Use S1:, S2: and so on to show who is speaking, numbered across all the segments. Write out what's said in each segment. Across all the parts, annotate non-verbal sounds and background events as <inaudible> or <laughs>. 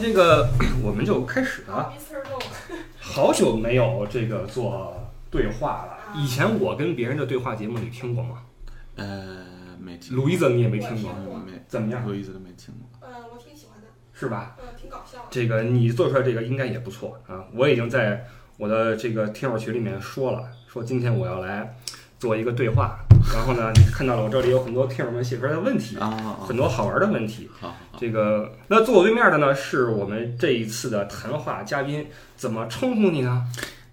S1: 这个 <clears throat> 我们就开始啊，
S2: Mr. Go，
S1: 好久没有这个做对话了。以前我跟别人的对话节目你听过吗？
S3: 呃，嗯没听
S1: 卢
S3: 过，
S1: 伊泽你也没听过
S2: 我，听过
S3: 没
S1: 怎么样？
S3: 路易斯都没听过。
S2: 嗯，我挺喜欢的，
S1: 是吧？
S2: 嗯，挺搞笑的。
S1: 这个你做出来这个应该也不错啊。我已经在我的这个听友群里面说了，说今天我要来做一个对话。然后呢，你看到了我这里有很多听友们写出来的问题，
S3: 啊啊，
S1: 很多好玩的问题。
S3: 好好好，
S1: 这个那坐我对面的呢，是我们这一次的谈话嘉宾，怎么称呼你呢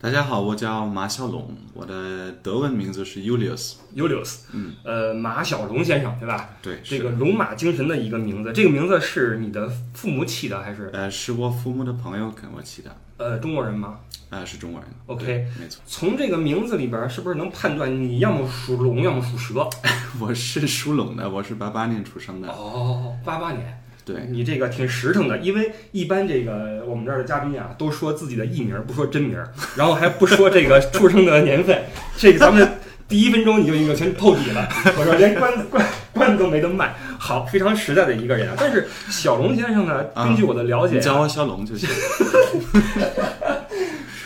S3: 大家好，我叫马小龙，我的德文名字是 Julius。
S1: ？Julius，
S3: 嗯，
S1: 呃，马小龙先生，对吧？
S3: 对，
S1: 这
S3: 是
S1: 个龙马精神的一个名字，这个名字是你的父母起的还是
S3: 呃，是我父母的朋友给我起的，
S1: 呃中国人吗？
S3: 呃，是中国人。
S1: OK
S3: 对没错， <laughs>
S1: 从这个名字里边，是不是能判断你要么属龙，要么属蛇？
S3: 我是属龙的，我是八八年出生的。
S1: 哦，八八年，
S3: 对，
S1: 你这个挺实诚的，因为一般这个我们这儿的嘉宾啊，都说自己的艺名，不说真名，然后还不说这个出生的年份，这个咱们第一分钟你就已经全透底了，我说连关关关子都没得卖，好，非常实在的一个人啊。但是小龙先生呢，
S3: 啊
S1: 根据我的了解
S3: 你
S1: 啊，
S3: 叫我小龙就行。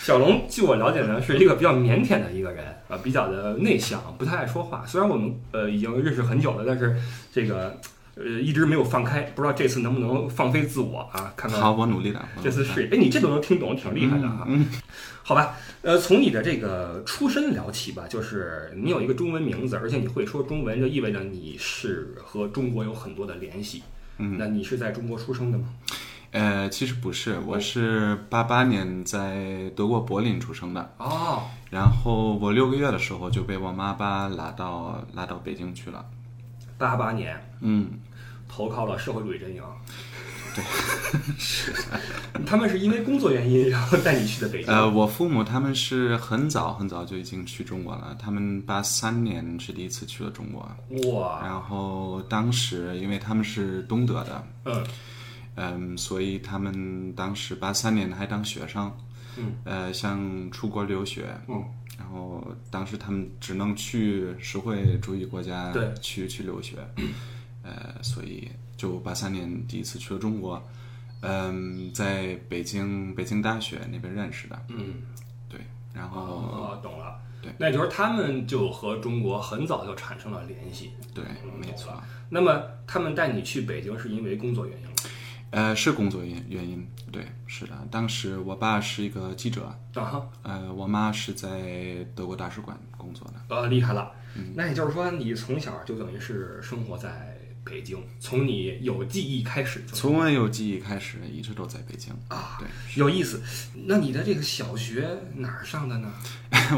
S1: 小龙，据我了解呢，是一个比较腼腆的一个人啊，比较的内向，不太爱说话。虽然我们呃已经认识很久了，但是这个呃一直没有放开，不知道这次能不能放飞自我啊？ <laughs> 看看
S3: 好，我努力了。我努力
S1: 这次
S3: 了
S1: 试一。哎，你这都能听懂，挺厉害的啊。
S3: 嗯
S1: 好吧，呃，从你的这个出身聊起吧，就是你有一个中文名字，而且你会说中文，就意味着你是和中国有很多的联系。
S3: 嗯，
S1: 那你是在中国出生的吗？
S3: 呃，其实不是，我是八八年在德国柏林出生的，
S1: 哦，
S3: 然后我六个月的时候就被我妈爸拉到拉到北京去了。
S1: 八八年
S3: 嗯，
S1: 投靠了社会主义阵营。 <laughs> 对，他们是因为工作原因，然后带你去的北京。
S3: 啊呃，我父母他们是很早很早就已经去中国了，他们八三年是第一次去了中国，
S1: 哇，
S3: 然后当时因为他们是东德的，
S1: 嗯，
S3: 嗯，所以他们当时八三年还当学生，
S1: 嗯，
S3: 呃，想出国留学，
S1: 嗯，
S3: 然后当时他们只能去社会主义国家
S1: 对
S3: 去去留
S1: <clears throat>
S3: 学，呃，所以就八三年第一次去了中国，嗯，在北京北京大学那边认识的，
S1: 嗯，
S3: 对，然后、
S1: 哦，懂了。
S3: 对，
S1: 那就是他们就和中国很早就产生了联系。
S3: 对
S1: 嗯，
S3: 没
S1: 懂
S3: 错
S1: 了，那么他们带你去北京是因为工作原因吗
S3: 呃，是工作原原因，对，是的，当时我爸是一个记者，
S1: 啊哈，
S3: 呃，我妈是在德国大使馆工作的，
S1: 呃，厉害了。
S3: 嗯
S1: 那也就是说，你从小就等于是生活在北京，从你有记忆开始就
S3: 从我有记忆开始一直都在北京。 <coughs>
S1: 啊，
S3: 对，
S1: 有意思。那你的这个小学哪儿上的呢？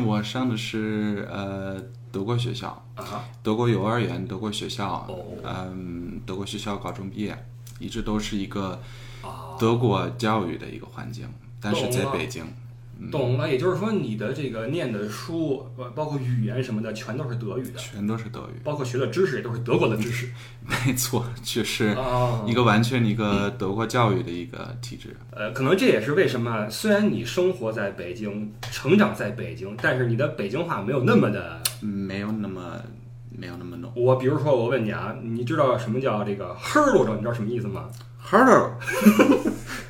S3: 我上的是呃德国学校，
S1: 啊哈，
S3: 德国幼儿园，德国学校
S1: 哦，
S3: 嗯，德国学校高中毕业，一直都是一个
S1: 啊，
S3: 德国教育的一个环境，但是在北京，嗯
S1: 懂了，也就是说你的这个念的书，呃，包括语言什么的，全都是德语的，
S3: 全都是德语，
S1: 包括学的知识也都是德国的知识。
S3: 没错，就是
S1: 啊，
S3: 一个完全一个德国教育的一个体制。
S1: 呃，可能这也是为什么，虽然你生活在北京，成长在北京，但是你的北京话没有那么的。
S3: 没有那么没有那么浓。
S1: 我比如说，我问你啊，你知道什么叫这个 hurdle 着？你知道什么意思吗
S3: Hurdle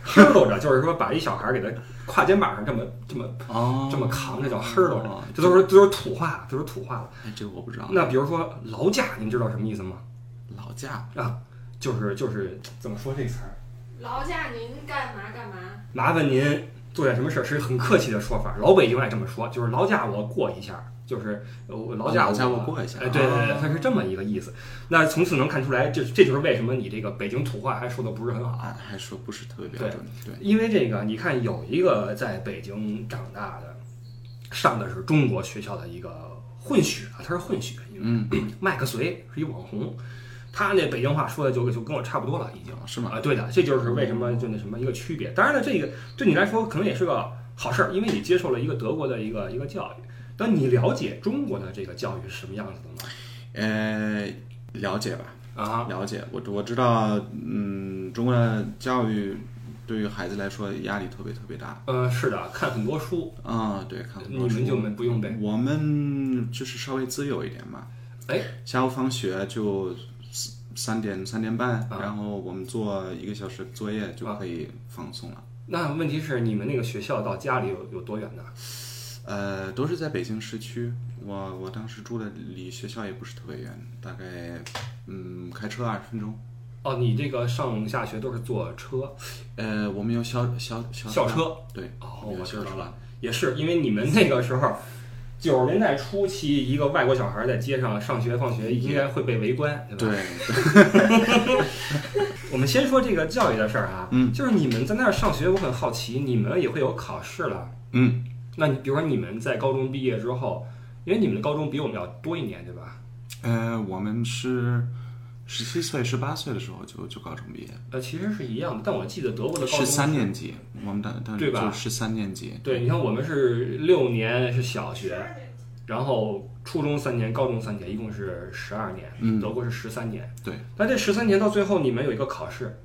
S1: ？hurdle 着就是说把一小孩给他挎肩膀上这么这么
S3: 哦
S1: 这么扛着叫 hurdle 着
S3: 哦，
S1: 这都是这都是土话，这都是土话了。
S3: 哎，这个我不知道。
S1: 那比如说劳驾，你知道什么意思吗？
S3: 老家
S1: 啊，就是就是怎么说这词儿？
S2: 劳驾您干嘛干嘛？
S1: 麻烦您做点什么事儿，是很客气的说法。老北京爱这么说，就是劳驾我过一下，就是呃我劳驾
S3: 劳驾我过一下
S1: 哎，对对对
S3: 啊，
S1: 它是这么一个意思。那从此能看出来，这这就是为什么你这个北京土话还说的不是很好。
S3: 啊，还说不是特别标准。对，
S1: 因为这个，你看有一个在北京长大的，上的是中国学校的一个混血啊，他是混血，因为
S3: 嗯，
S1: 麦克隋是一网红，他那北京话说的就就跟我差不多了，已经。
S3: 是吗？
S1: 啊，对的，这就是为什么就那什么一个区别。当然了，这个对你来说可能也是个好事儿，因为你接受了一个德国的一个一个教育。但你了解中国的这个教育是什么样子的
S3: 呃，了解吧，
S1: 吗？啊，
S3: 了解。我我知道，嗯，中国的教育对于孩子来说压力特别特别大。
S1: 呃，是的，看很多书，
S3: 啊、对，看很
S1: 你
S3: 多书
S1: 们就没不用呗。
S3: 我们就是稍微自由一点嘛。
S1: 哎，
S3: 下午放学就三点三点半，
S1: 啊
S3: 然后我们做一个小时作业就可以放松了。
S1: 那问题是你们那个学校到家里有有多远呢？
S3: 呃，都是在北京市区，我我当时住的离学校也不是特别远，大概嗯开车二十分钟。
S1: 哦，你这个上下学都是坐车
S3: 呃，我们有小小小
S1: 校车？
S3: 对，
S1: 哦，
S3: 有
S1: 我知
S3: 小
S1: 道
S3: 车。
S1: 了，也是因为你们那个时候。九十年代初期，一个外国小孩在街上上学放学，应该会被围观，对吧？
S3: 对，
S1: 我们先说这个教育的事儿啊，
S3: 嗯
S1: 就是你们在那儿上学，我很好奇，你们也会有考试了。
S3: 嗯，
S1: 那你比如说你们在高中毕业之后，因为你们的高中比我们要多一年，对吧？
S3: 呃，我们是十七岁、十八岁的时候就就高中毕业，
S1: 呃，其实是一样的，但我记得德国的高中
S3: 十三年级，我们当当
S1: 对
S3: 时
S1: 吧
S3: 就十三年级。
S1: 对，你看我们是六年是小
S2: 十
S1: 学，
S2: 二点几
S1: 然后初中三年，高中三年，一共是十二年。
S3: 嗯
S1: 德国是十三年。
S3: 对，
S1: 那这十三年到最后，你们有一个考试，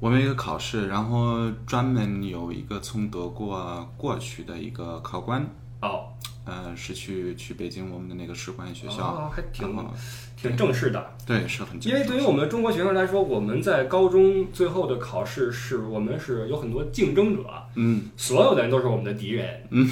S3: 我们有一个考试，然后专门有一个从德国过去的一个考官，
S1: 哦，
S3: 呃，是去去北京我们的那个士官学校，
S1: 哦、还
S3: 然
S1: 挺
S3: 后
S1: 挺正式的。
S3: 对，是很
S1: 因为对于我们中国学生来说，我们在高中最后的考试是我们是有很多竞争者，
S3: 嗯，
S1: 所有的人都是我们的敌人。嗯，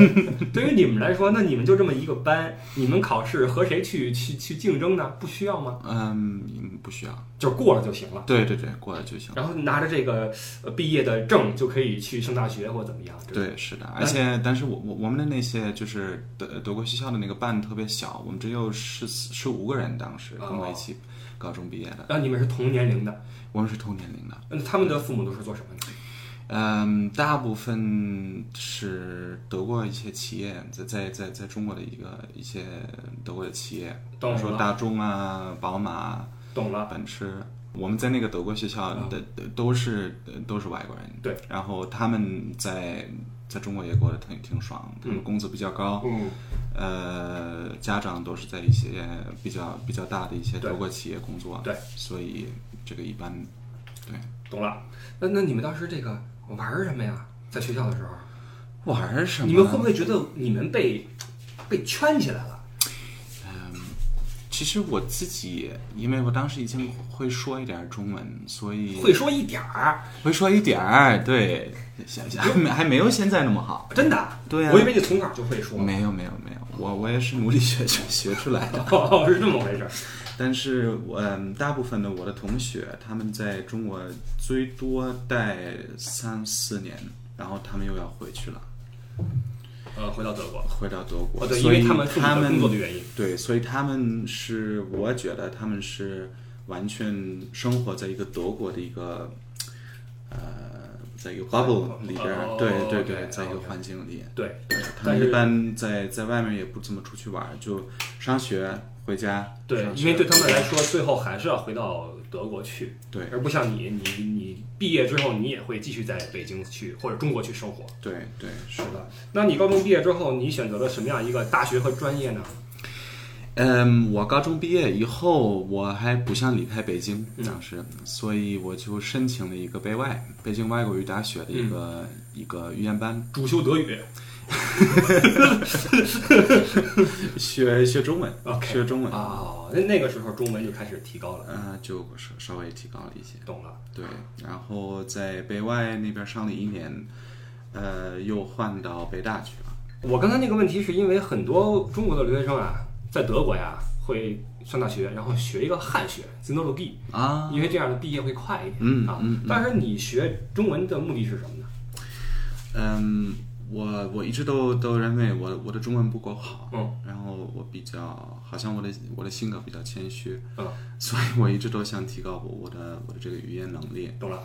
S1: <laughs> 对于你们来说，那你们就这么一个班，你们考试和谁去去去竞争呢？不需要吗？
S3: 嗯，不需要，
S1: 就是过了就行了。
S3: 对对对，过了就行。
S1: 然后拿着这个呃毕业的证就可以去上大学或怎么样，吧，
S3: 对，是的，而且但是我我我们的那些就是德德国学校的那个班特别小，我们只有十四十五个人，当时
S1: 哦
S3: 跟我一起高中毕业的，
S1: 然后你们是同年龄的，
S3: 我们是同年龄的，
S1: 那他们的父母都是做什么的？
S3: 嗯，大部分是德国一些企业在在在在中国的一个一些德国的企业，比
S1: 懂
S3: 如
S1: 了
S3: 说大众啊、宝马啊、
S1: 懂了，
S3: 奔驰。我们在那个德国学校
S1: 嗯
S3: 的的都是呃都是外国人，
S1: 对，
S3: 然后他们在在中国也过得挺挺爽，他们工资比较高，
S1: 嗯，
S3: 呃，家长都是在一些比较比较大的一些
S1: 对
S3: 德国企业工作，
S1: 对，
S3: 所以这个一般，对，
S1: 懂了。那那你们当时这个玩儿什么呀？在学校的时候？
S3: 玩儿什么？
S1: 你们会不会觉得你们被被圈起来了？
S3: 其实我自己，因为我当时已经会说一点儿中文，所以
S1: 会说一点儿，
S3: 会说一点儿，对，想想还没还没有现在那么好。
S1: 真的。
S3: 对啊呀
S1: 我以为你从小就会说，
S3: 没有没有没有，我我也是努力学学学出来的。 <laughs>
S1: 哦，是这么回事儿。
S3: 但是我、嗯大部分的我的同学，他们在中国最多待三四年，然后他们又要回去了，
S1: 呃，回到德国，
S3: 回到德国。
S1: 哦对，因
S3: 所以
S1: 为他们父母
S3: 他
S1: 的工作的
S3: 们
S1: 原因，
S3: 对，所以他们是，我觉得他们是完全生活在一个德国的一个呃，在一个 bubble 里边儿，
S1: 哦
S3: 对对
S1: OK，
S3: 对，在一个
S1: OK
S3: 环境里。
S1: 对，
S3: 他
S1: 但
S3: 们
S1: 是
S3: 一般在在外面也不怎么出去玩儿，就上学回家。
S1: 对，
S3: 上学
S1: 因为对他们来说，最后还是要回到德国去，
S3: 对
S1: 而不像你，你你毕业之后，你也会继续在北京去或者中国去生活，
S3: 对对是
S1: 是。吧？那你高中毕业之后，你选择了什么样一个大学和专业呢？
S3: 嗯，我高中毕业以后，我还不想离开北京，
S1: 嗯
S3: 当时，所以我就申请了一个北外北京外国语大学的一个、
S1: 嗯
S3: 一个语言班，
S1: 主修德语
S3: 学学中文，
S1: ，OK，
S3: 学中文，
S1: 哦，那那个时候中文就开始提高了，
S3: 呃，就稍稍微提高了一些。
S1: 懂了，
S3: 对，然后在北外那边上了一年，呃，又换到北大去了。
S1: 我刚才那个问题是因为很多中国的留学生啊，在德国呀会上大学，然后学一个汉学 z e n o l o g y
S3: 啊，
S1: 因为这样的毕业会快一点、
S3: 嗯
S1: 啊。
S3: 嗯嗯
S1: 但是你学中文的目的是什么呢？
S3: 嗯，我我一直都都认为我我的中文不够好，
S1: 嗯，
S3: 然后我比较好像我的我的性格比较谦虚，
S1: 嗯，
S3: <laughs> 所以我一直都想提高我我的我的这个语言能力，
S1: 懂了，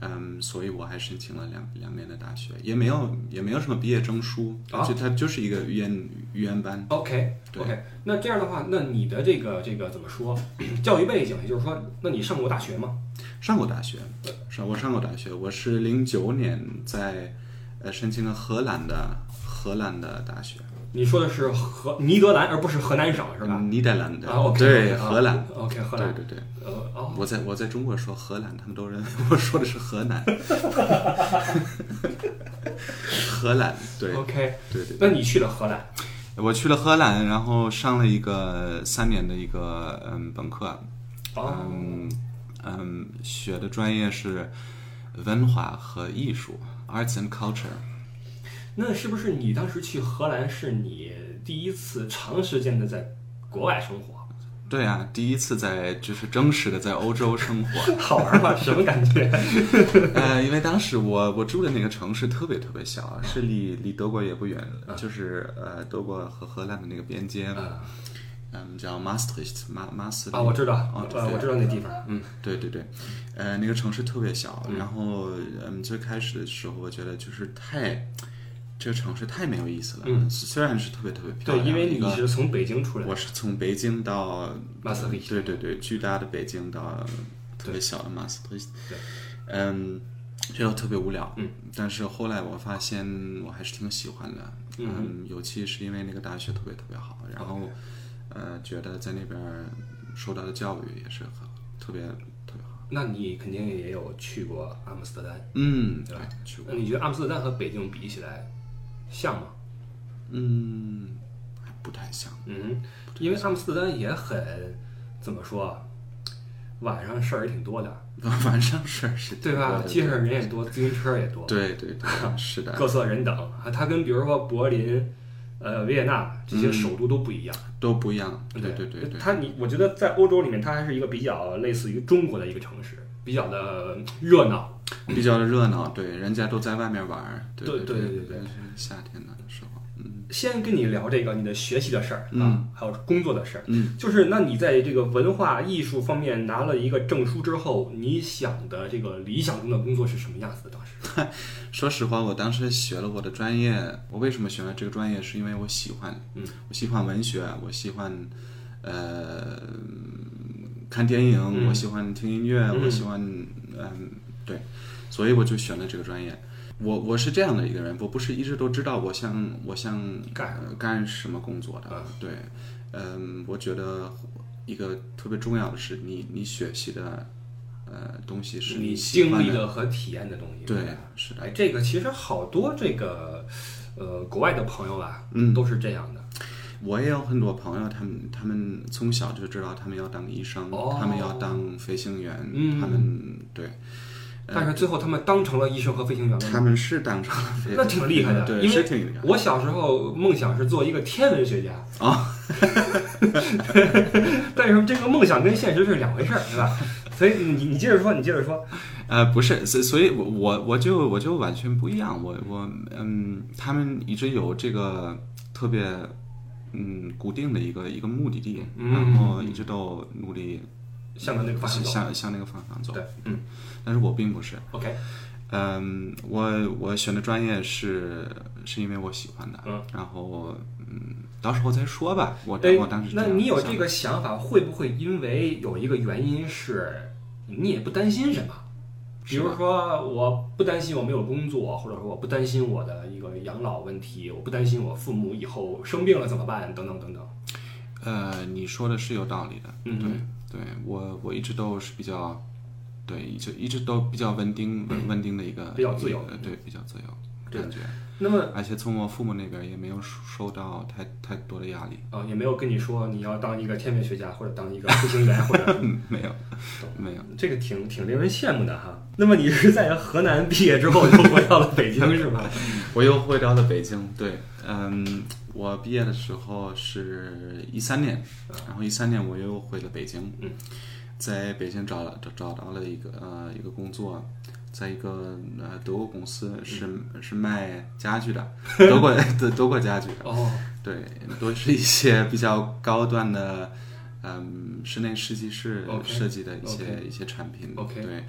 S3: 嗯，所以我还申请了两两年的大学，也没有也没有什么毕业证书，
S1: 啊
S3: 就它就是一个语言语言班，
S1: ？OK
S3: 对
S1: OK，那这样的话，那你的这个这个怎么说？教育背景，也就是说，那你上过大学吗？
S3: 上过大学，上我上过大学，我是零九年在呃申请了荷兰的荷兰的大学，
S1: 你说的是荷尼德兰，而不是河南省是吧？
S3: 尼德兰的，
S1: 啊，OK，
S3: 嗯对
S1: 啊
S3: 荷兰。
S1: ，OK，荷兰，
S3: 对对对，
S1: 呃，哦，
S3: 我在我在中国说荷兰，他们都认为我说的是河南。荷兰，对
S1: OK，
S3: 对对。
S1: 那你去了荷兰，
S3: 我去了荷兰，然后上了一个三年的一个嗯本科，
S1: 哦，
S3: 嗯嗯，学的专业是文化和艺术 （Arts and Culture）。
S1: 那是不是你当时去荷兰是你第一次长时间的在国外生活？
S3: 对啊，第一次在就是正式的在欧洲生
S1: <laughs>
S3: 活。
S1: 好玩吗？什么感 <laughs> 觉？
S3: <laughs> 呃，因为当时我我住的那个城市特别特别小，啊是离离德国也不远，
S1: 嗯
S3: 就是呃德国和荷兰的那个边界，
S1: 啊，
S3: 嗯，叫 Maastricht 马马斯
S1: 我知道，
S3: 哦
S1: 呃，我知道那地方，嗯，
S3: 对对对，呃，那个城市特别小，然后嗯，最开始的时候我觉得就是太，这个城市太没有意思了。
S1: 嗯
S3: 虽然是特别特别漂
S1: 对，啊
S3: 亮的
S1: 因
S3: 一个，
S1: 为你是从北京出来的，
S3: 我是从北京到
S1: 马斯特里
S3: 对对对，巨大的北京到特别小的马斯特里
S1: 对，
S3: 嗯，觉得特别无聊。
S1: 嗯，
S3: 但是后来我发现我还是挺喜欢的。
S1: 嗯
S3: 嗯，尤其是因为那个大学特别特别好，然后呃，觉得在那边受到的教育也是很特别特别好。
S1: 那你肯定也有去过阿姆斯特丹，
S3: 嗯，
S1: 对吧
S3: 哎去过
S1: 那，你觉得阿姆斯特丹和北京比起来像吗？
S3: 嗯，还不太像。 <laughs>
S1: 嗯，因为阿姆斯特丹也很怎么说啊，晚上事儿也挺多的，
S3: 晚上是
S1: <laughs>
S3: 是挺
S1: 对
S3: 多
S1: 吧？
S3: 的
S1: 街上人也多，自行车也多，
S3: 对对对，是的，
S1: 各色人等啊。它跟比如说柏林、呃维也纳这些首都都不一样。
S3: 都不一样。对对对对，
S1: 它你我觉得在欧洲里面，它还是一个比较类似于中国的一个城市，比较的嗯热闹。
S3: 比较的热闹，对，人家都在外面玩儿，
S1: 对
S3: 对
S1: 对
S3: 对
S1: 对对
S3: 对，夏天的时候，嗯
S1: 先跟你聊这个你的学习的事儿啊
S3: 嗯，
S1: 还有工作的事儿。
S3: 嗯，
S1: 就是那你在这个文化艺术方面拿了一个证书之后，你想的这个理想中的工作是什么样子的？当时
S3: 说实话，我当时学了我的专业，我为什么选了这个专业，是因为我喜欢，
S1: 嗯，
S3: 我喜欢文学，我喜欢，呃，看电影，
S1: 嗯
S3: 我喜欢听音乐，
S1: 嗯
S3: 我喜欢，嗯，对，所以我就选了这个专业。我我是这样的一个人，我不是一直都知道我想我想
S1: 干
S3: 呃干什么工作的，
S1: 啊
S3: 对，嗯，我觉得一个特别重要的是你你学习的呃东西是
S1: 你
S3: 喜
S1: 经
S3: 欢
S1: 历
S3: 的，
S1: 的和体验的东西，
S3: 对
S1: 吧，
S3: 是的
S1: 哎，，这个其实好多这个呃国外的朋友啊，
S3: 嗯，
S1: 都是这样的。
S3: 我也有很多朋友，他们他们从小就知道他们要当医生，
S1: 哦
S3: 他们要当飞行员，
S1: 嗯
S3: 他们对，呃
S1: 但是最后他们当成了医生和飞行员了。
S3: 他们是当成了飞
S1: 那挺厉害的
S3: 对，
S1: 因为
S3: 是挺厉害的。哦
S1: 我小时候梦想是做一个天文学家啊， <laughs> 但是这个梦想跟现实是两回事儿，对吧？所以你你接着说，你接着说，
S3: 呃，不是，所所以我，我我就我就完全不一样，我我嗯，他们一直有这个特别嗯固定的一个一个目的地，
S1: 嗯
S3: 然后一直都努力
S1: 向着那个方向走。
S3: 向向那个方向走。
S1: 对，嗯
S3: 但是我并不是，
S1: ，OK，
S3: 嗯，我我选的专业是是因为我喜欢的，
S1: 嗯
S3: 然后嗯，到时候再说吧。我当
S1: 哎
S3: 我当时，这
S1: 那
S3: 样
S1: 你有
S3: 想
S1: 这个想法，会不会因为有一个原因是，你也不担心什么？比
S3: 是
S1: 如
S3: 吧
S1: 说，我不担心我没有工作，或者说我不担心我的一个养老问题，我不担心我父母以后生病了怎么办，等等等等。
S3: 呃，你说的是有道理的，
S1: 嗯
S3: 对对，我我一直都是比较对，就一直都比较稳定稳稳定的一个
S1: 嗯比较自由
S3: 一个呃对，比较自由
S1: 对 <laughs>
S3: 感觉，
S1: 那么，
S3: 而且从我父母那边也没有受受到太太多的
S1: <laughs>
S3: 压力，
S1: 啊，也没有跟你说你要当一个天文学家，或者当一个飞行员，或者
S3: 没 <laughs> 有没有。
S1: 这个挺挺令人羡慕的哈。那么你是在河南毕业之后就回到了北京是吧？
S3: 我又回到了北京。对，嗯，我毕业的时候是一三年，然后一三年我又回了北京，
S1: 嗯，
S3: 在北京找了找找到了一个呃一个工作，在一个呃德国公司是、
S1: 嗯
S3: 是卖家具的，德国 <laughs> 德德国家具，
S1: 哦，
S3: 对，都是一些比较高端的。嗯，室内设计师
S1: OK，
S3: 设计的一些
S1: OK
S3: 一些产品
S1: OK
S3: 对，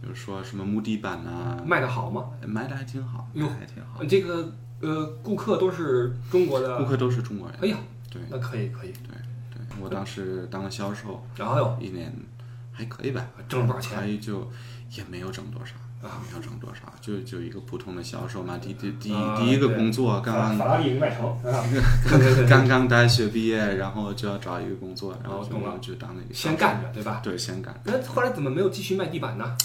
S3: 比如说什么木地板啊，
S1: 卖的好吗？
S3: 卖的还挺好，卖
S1: 哟
S3: 的还挺好。
S1: 这个呃，顾客都是中国的
S3: 顾，客都是中国人。
S1: 哎呀，
S3: 对
S1: 那可以可以。
S3: 对，我当时当了销售，
S1: 然后哟，
S3: 一年还可以吧，
S1: 哎挣了不少钱
S3: 所以就也没有挣多少，没有挣多少，就就一个普通的销售嘛。第第第
S1: 啊
S3: 第一个
S1: 对
S3: 工作，刚
S1: 法法
S3: 刚
S1: 拉利没买成啊！对对对，
S3: 刚刚大学毕业，然后就要找一个工作，然后
S1: 哦
S3: 就
S1: 懂了
S3: 就当了一个销
S1: 先
S3: 售
S1: 干着对吧？
S3: 对，先干。
S1: 那后来怎么没有继续卖地板呢？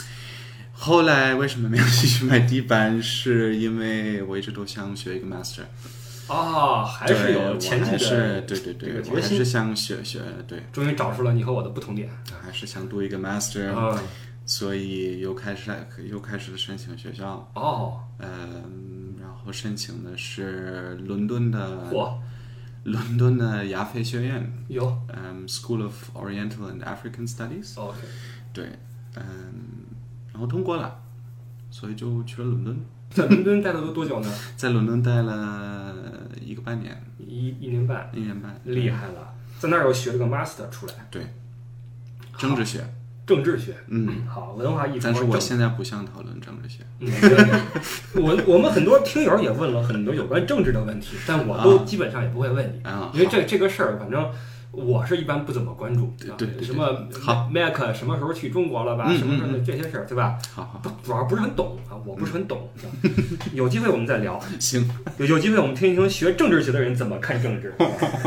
S3: 后来为什么没有继续买地板？是因为我一直都想学一个 master，
S1: 啊，还是
S3: 对
S1: 有
S3: 我
S1: 前
S3: 还
S1: 期
S3: 是
S1: 的，
S3: 对对对
S1: 这个，
S3: 我还
S1: 决心
S3: 是想学学，对，
S1: 终于找出了你和我的不同点
S3: 还是想读一个 master，、
S1: 啊。
S3: 所以又开始又开始申请学校，
S1: 哦，
S3: 嗯、然后申请的是伦敦的
S1: 嚯，
S3: 伦敦的亚非学院，
S1: 有
S3: 嗯、s c h o o l of Oriental and African Studies，
S1: OK，
S3: 对，嗯、然后通过了，所以就去了伦敦，
S1: 在伦敦待了多多久呢？
S3: 在伦敦待了一个半年，
S1: 一一年半，
S3: 一年半，
S1: 厉害了，在那儿又学了个 master 出来，
S3: 对，政治学，
S1: 政治学，
S3: 嗯，
S1: 好，文化艺术，
S3: 但是我
S1: 政
S3: 现在不想讨论政治学。
S1: 嗯对我我们很多听友也问了很多有关政治的问题，但我都
S3: 啊
S1: 基本上也不会问你，
S3: 啊，
S1: 因为这这个事儿，反正我是一般不怎么关注。
S3: 对
S1: 啊
S3: 对对
S1: 什么
S3: 好
S1: Mac 什么时候去中国了吧，
S3: 嗯
S1: 什么什么
S3: 嗯
S1: 这些事儿，对吧？
S3: 好好
S1: 不
S3: 好，
S1: 主要不是很懂啊，我不是很懂。
S3: 嗯
S1: 有机会我们再聊，
S3: 行，
S1: 有有机会我们听一听学政治学的人怎么看政
S3: <laughs>
S1: 治，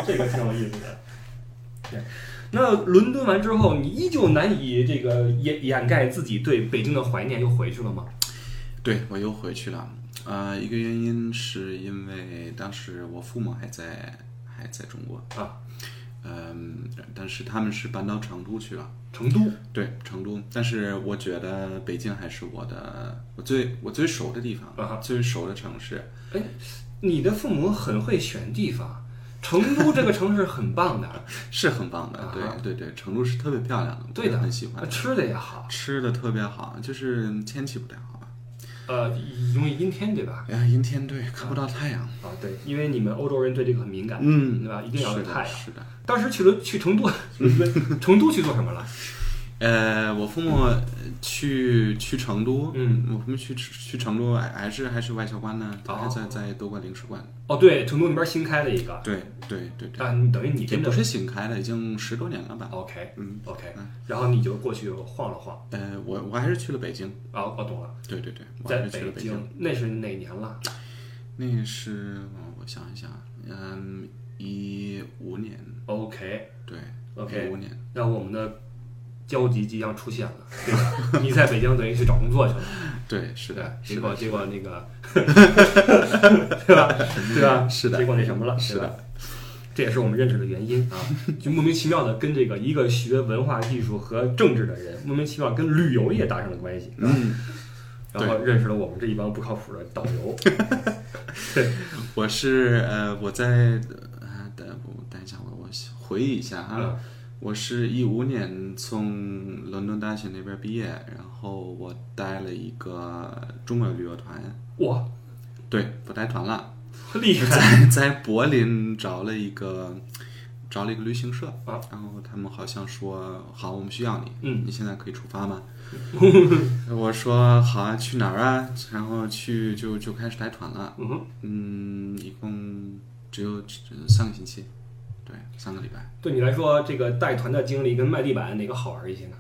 S1: 这个挺有意思的。对，那伦敦完之后，你依旧难以这个掩掩盖自己对北京的怀念，又回去了吗？
S3: 对我又回去了。呃，一个原因是因为当时我父母还在还在中国，
S1: 啊，
S3: 嗯、但是他们是搬到成都去了，
S1: 成都
S3: 对成都。但是我觉得北京还是我的我最我最熟的地方，
S1: 啊哈
S3: 最熟的城市。
S1: 你的父母很会选地方，成都这个城市很棒
S3: <laughs>
S1: 的，
S3: 是很棒的，
S1: 啊
S3: 对对对，成都是特别漂亮的，我
S1: 对的啊
S3: 也很喜欢，
S1: 吃的也好，
S3: 吃的特别好，就是天气不太好吧，啊
S1: 呃，容易阴天对吧？
S3: 哎呀，阴天对，看不到太阳，
S1: 啊，对，因为你们欧洲人对这个很敏感，
S3: 嗯
S1: 对，吧？一定要有
S3: 是的
S1: 太阳。
S3: 是的。
S1: 当时去了去成都， <laughs> 成都去做什么了？
S3: 呃，我父母呃去去成都，
S1: 嗯，
S3: 我父母去去成都，还还是还是外交官呢，
S1: 哦
S3: 还在在多管领事馆。
S1: 哦，对，成都那边新开了一个，
S3: 对对对对，
S1: 啊，你等于你
S3: 也
S1: 真
S3: 不
S1: 的
S3: 是新开的，已经十多年了吧？
S1: OK
S3: 嗯，
S1: OK，
S3: 嗯
S1: 然后你就过去晃了晃，
S3: 呃，我我还是去了北京，
S1: 啊，我懂了，
S3: 对对对，我
S1: 在
S3: 还是去了京。
S1: 京，那是哪年了？
S3: 那是哦我想一想，嗯，一五年，
S1: OK
S3: 对
S1: OK，
S3: 一五年，
S1: 那我们的交集即将出现了，对吧？你在北京等于去找工作去了，
S3: 对，是
S1: 对
S3: 的，
S1: 结
S3: 是
S1: 果
S3: 的，
S1: 结果那 <laughs>
S3: <laughs>
S1: 个，对吧？对吧？
S3: 是的
S1: 结果那什么了，
S3: 是
S1: 对吧
S3: 的，
S1: 这也是我们认识的原因啊，就莫名其妙的跟这个一个学文化艺术和政治的人，莫名其妙跟旅游业搭上了关系，是吧
S3: 嗯，
S1: 然后认识了我们这一帮不靠谱的导游。
S3: <laughs> 我是呃，我在呃，等我等一下，我我回忆一下啊。
S1: 嗯
S3: 我是一五年从伦敦大学那边毕业，然后我带了一个中国旅游团，
S1: 哇，
S3: 对我带团了，
S1: 厉害！
S3: 在在柏林找了一个找了一个旅行社，
S1: 啊
S3: 然后他们好像说好，我们需要你，
S1: 嗯
S3: 你现在可以出发
S1: <laughs>
S3: 吗？我说好啊，去哪儿啊？然后去就就开始带团了，
S1: 嗯哼，
S3: 嗯，一共只有只上个星期，对，上个礼拜。
S1: 对你来说，这个带团的经历跟卖地板哪个好玩一些呢？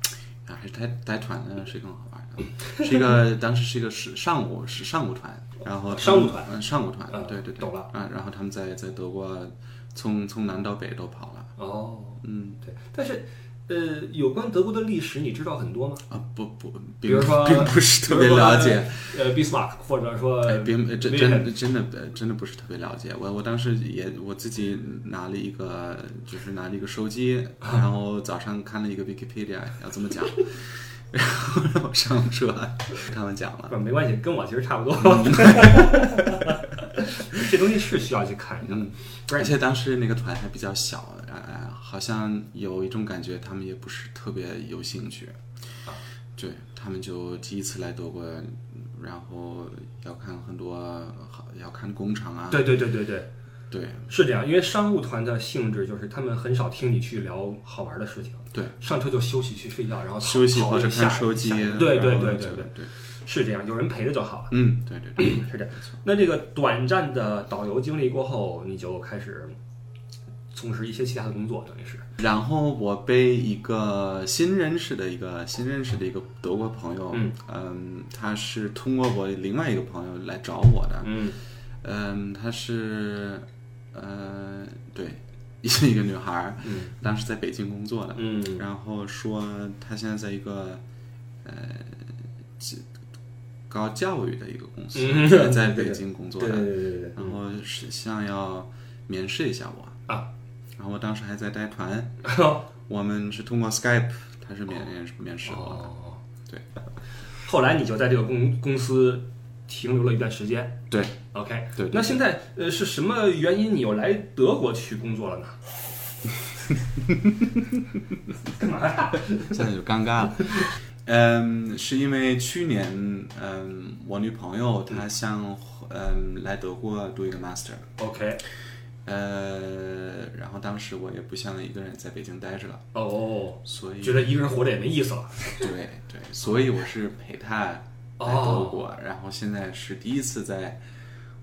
S3: 啊，还是带带团的是更好玩的，是
S1: <laughs>
S3: 一个当时是一个是上午是上午团，然后他
S1: 商
S3: 们
S1: 务团
S3: 嗯上午团
S1: 嗯，
S3: 对对对，
S1: 懂了
S3: 啊，然后他们在在德国从从南到北都跑了，
S1: 哦，
S3: 嗯
S1: 对，但是，呃，有关德国的历史，你知道很多吗？
S3: 啊不不，
S1: 比
S3: 并
S1: 如说
S3: 并不是特别了解，
S1: 呃，Bismarck，或者说，
S3: 哎，并呃真
S1: Wilhelm
S3: 真的真的呃真的不是特别了解，我我当时也我自己拿了一个就是拿了一个
S1: <laughs>
S3: 手机，然后早上看了一个 Wikipedia 要怎么讲， <laughs> 然后让我上不出来，他们讲了。
S1: 不没关系，跟我其实差不多。<laughs>
S3: 嗯
S1: 这东西是需要去看一下的。
S3: 嗯，而且当时那个团还比较小，呃，好像有一种感觉，他们也不是特别有兴趣。
S1: 啊
S3: 对他们就第一次来德国，然后要看很多，好要看工厂啊。
S1: 对对对对对，
S3: 对
S1: 是这样，因为商务团的性质就是他们很少听你去聊好玩的事情，
S3: 对，
S1: 上车就休息去睡觉，然后讨
S3: 休息
S1: 讨
S3: 或者
S1: 论下
S3: 看手机
S1: 下。对对
S3: 然后
S1: 对
S3: 就
S1: 对对，
S3: 对，
S1: 是这样，有人陪着就好了。
S3: 嗯，对对对，
S1: 是这样
S3: 没错。
S1: 那这个短暂的导游经历过后，你就开始从事一些其他的工作，等于是
S3: 然后我被一个新认识的一个新认识的一个德国朋友，
S1: 嗯
S3: 他是通过我另外一个朋友来找我的，
S1: 嗯
S3: 嗯，她是，呃，对，一个女孩儿，
S1: 嗯
S3: 当时在北京工作的，
S1: 嗯
S3: 然后说她现在在一个，呃，几搞教育的一个公司，
S1: 嗯
S3: 在在北京工作
S1: 对对
S3: 的，
S1: 对对对对，
S3: 然后是想要面试一下我
S1: 啊，
S3: 然后我当时还在带团，
S1: 哦
S3: 我们是通过 Skype，他是面面面试我的，
S1: 哦，
S3: 对。
S1: 后来你就在这个公公司停留了一段时间
S3: 对
S1: ，OK。
S3: 对，
S1: 那现在呃是什么原因你又来德国去工作了呢？
S3: 现在就尴尬了。嗯，是因为去年，嗯，我女朋友她想，嗯，来德国读一个 master，
S1: OK，
S3: 呃，然后当时我也不想一个人在北京待着了，
S1: 哦，
S3: 所以
S1: 觉得一个人活着也没意思了。 <laughs>
S3: 对对，所以我是陪她来德
S1: 哦
S3: 国，然后现在是第一次在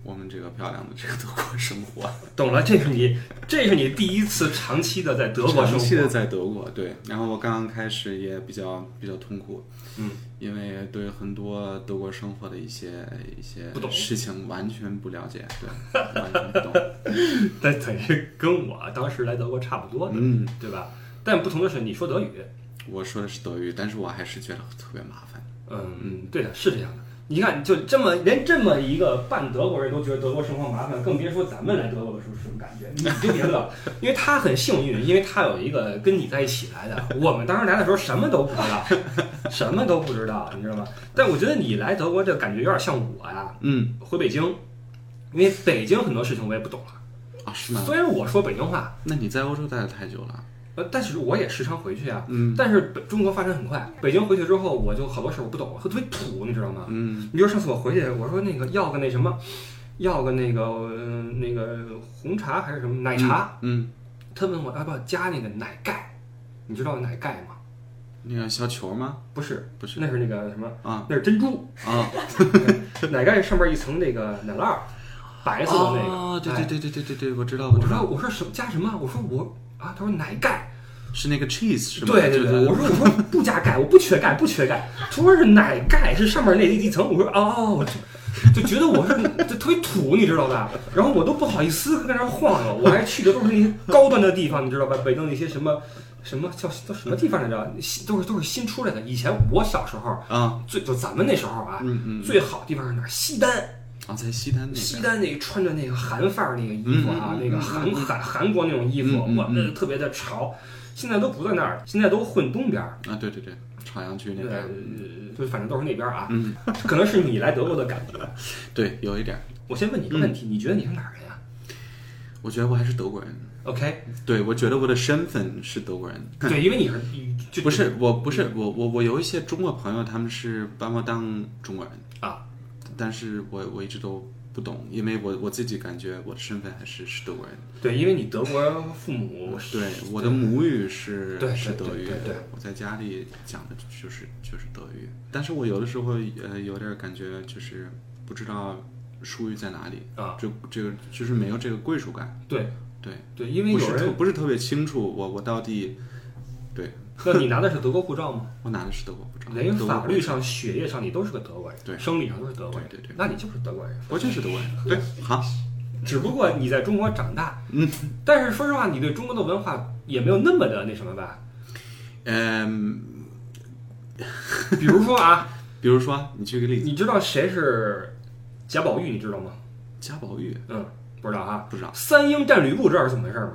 S3: 我们这个漂亮的这个德国生活，
S1: 懂了，这是你，这是你第一次长期的在德
S3: <laughs>
S1: 国生
S3: 长期的
S1: 活。
S3: 在德国，对。然后我刚刚开始也比较比较痛苦，
S1: 嗯，
S3: 因为对很多德国生活的一些一些
S1: 不懂
S3: 事情完全不了解，对，完全不懂。
S1: 但等于跟我当时来德国差不多的，
S3: 嗯，
S1: 对吧？但不同的是，你说德语，
S3: 我说的是德语，但是我还是觉得特别麻烦。
S1: 嗯，对的，是这样的。你看，就这么连这么一个半德国人都觉得德国生活麻烦，更别说咱们来德国的时候是什么感觉。你就别乐，因为他很幸运，因为他有一个跟你在一起来的。我们当时来的时候什么都不知道，什么都不知道，你知道吗？但我觉得你来德国这感觉有点像我呀，
S3: 嗯，
S1: 回北京，因为北京很多事情我也不懂了。
S3: 啊，是吗？
S1: 虽然我说北京话，
S3: 那你在欧洲待的太久了，
S1: 呃，但是我也时常回去啊。
S3: 嗯
S1: 但是北中国发展很快，北京回去之后，我就好多事儿我不懂，我特别土，你知道吗？
S3: 嗯，
S1: 你比如上次我回去，我说那个要个那什么，要个那个、呃、那个红茶还是什么奶茶，
S3: 嗯，
S1: 他问我要啊不要加那个奶盖，你知道奶盖吗？
S3: 那个小球吗？
S1: 不是，
S3: 不是
S1: 那是那个什么，
S3: 啊
S1: 那是珍珠，
S3: 啊，
S1: <laughs> 奶盖上面一层那个奶酪儿，白色的那个。
S3: 哦，对
S1: 哎
S3: 对对对对对对，我知道我
S1: 我
S3: 知
S1: 说
S3: 道，
S1: 我说什么加什么？我说我啊，他说奶盖，
S3: 是那个 cheese 是吗？
S1: 对对
S3: 就
S1: 对，我
S3: 是
S1: 说我说不加钙，我不缺钙，不缺钙，他说是奶盖是上面那一层，我说哦，我就就觉得我是就特别土，你知道吧？然后我都不好意思跟那儿晃悠，我还去的都是那些高端的地方，你知道吧？北京那些什么什么叫叫什么地方来着？新都是都是新出来的。以前我小时候
S3: 啊，
S1: 最就咱们那时候啊，
S3: 嗯嗯，
S1: 最好地方是哪儿？西单。
S3: 啊，在西单那边，
S1: 西单那个穿着那个韩范儿那个衣服啊，
S3: 嗯嗯嗯
S1: 那个韩韩韩国那种衣服，
S3: 嗯嗯嗯
S1: 我们特别的潮。现在都不在那儿，现在都混东边儿，
S3: 啊，对对对，朝阳区那
S1: 呃
S3: 边，，
S1: 就反正都是那边儿啊。
S3: 嗯，
S1: <laughs> 可能是你来德国的感觉。
S3: 对，有一点儿。
S1: 我先问你一个问
S3: 嗯
S1: 题，你觉得你是哪儿人呀
S3: 我觉得我还是德国人，
S1: ？OK，
S3: 对我觉得我的身份是德国人，
S1: 对，因为你是就
S3: 嗯不是我不是我我我有一些中国朋友，他们是把我当中国人
S1: 啊，
S3: 但是我我一直都不懂，因为我我自己感觉我的身份还是是德国人，
S1: 对，因为你德国父母是
S3: 对，我的母语是
S1: 对对
S3: 是德
S1: 对
S3: 语
S1: 对对，
S3: 我在家里讲的就是就是德语，但是我有的时候呃有点感觉就是不知道属于在哪里，
S1: 啊，
S3: 就这个就是没有这个归属感，
S1: 对
S3: 对。
S1: 对，因为
S3: 不是
S1: 有
S3: 特
S1: 人，
S3: 不是特别清楚我我到底
S1: 那你拿的是德国护照
S3: <laughs>
S1: 吗？
S3: 我拿的是德国护照，
S1: 连
S3: 德国
S1: 法
S3: 护
S1: 律
S3: 照
S1: 上、血液上你都是个德国人，
S3: 对
S1: 生理上都是德国人，
S3: 对对对
S1: 那你就是德国人。
S3: 我就是德国人，对，好，
S1: 只不过你在中国长大，嗯，但是说实话，你对中国的文化也没有那么的那什么吧？
S3: 嗯，
S1: 比如说啊，
S3: 比如说你举个例子，
S1: 你知道谁是贾宝玉？你知道吗？
S3: 贾宝玉
S1: 嗯，不知道啊。
S3: 不知道
S1: 三英战吕布，知道是怎么回事吗？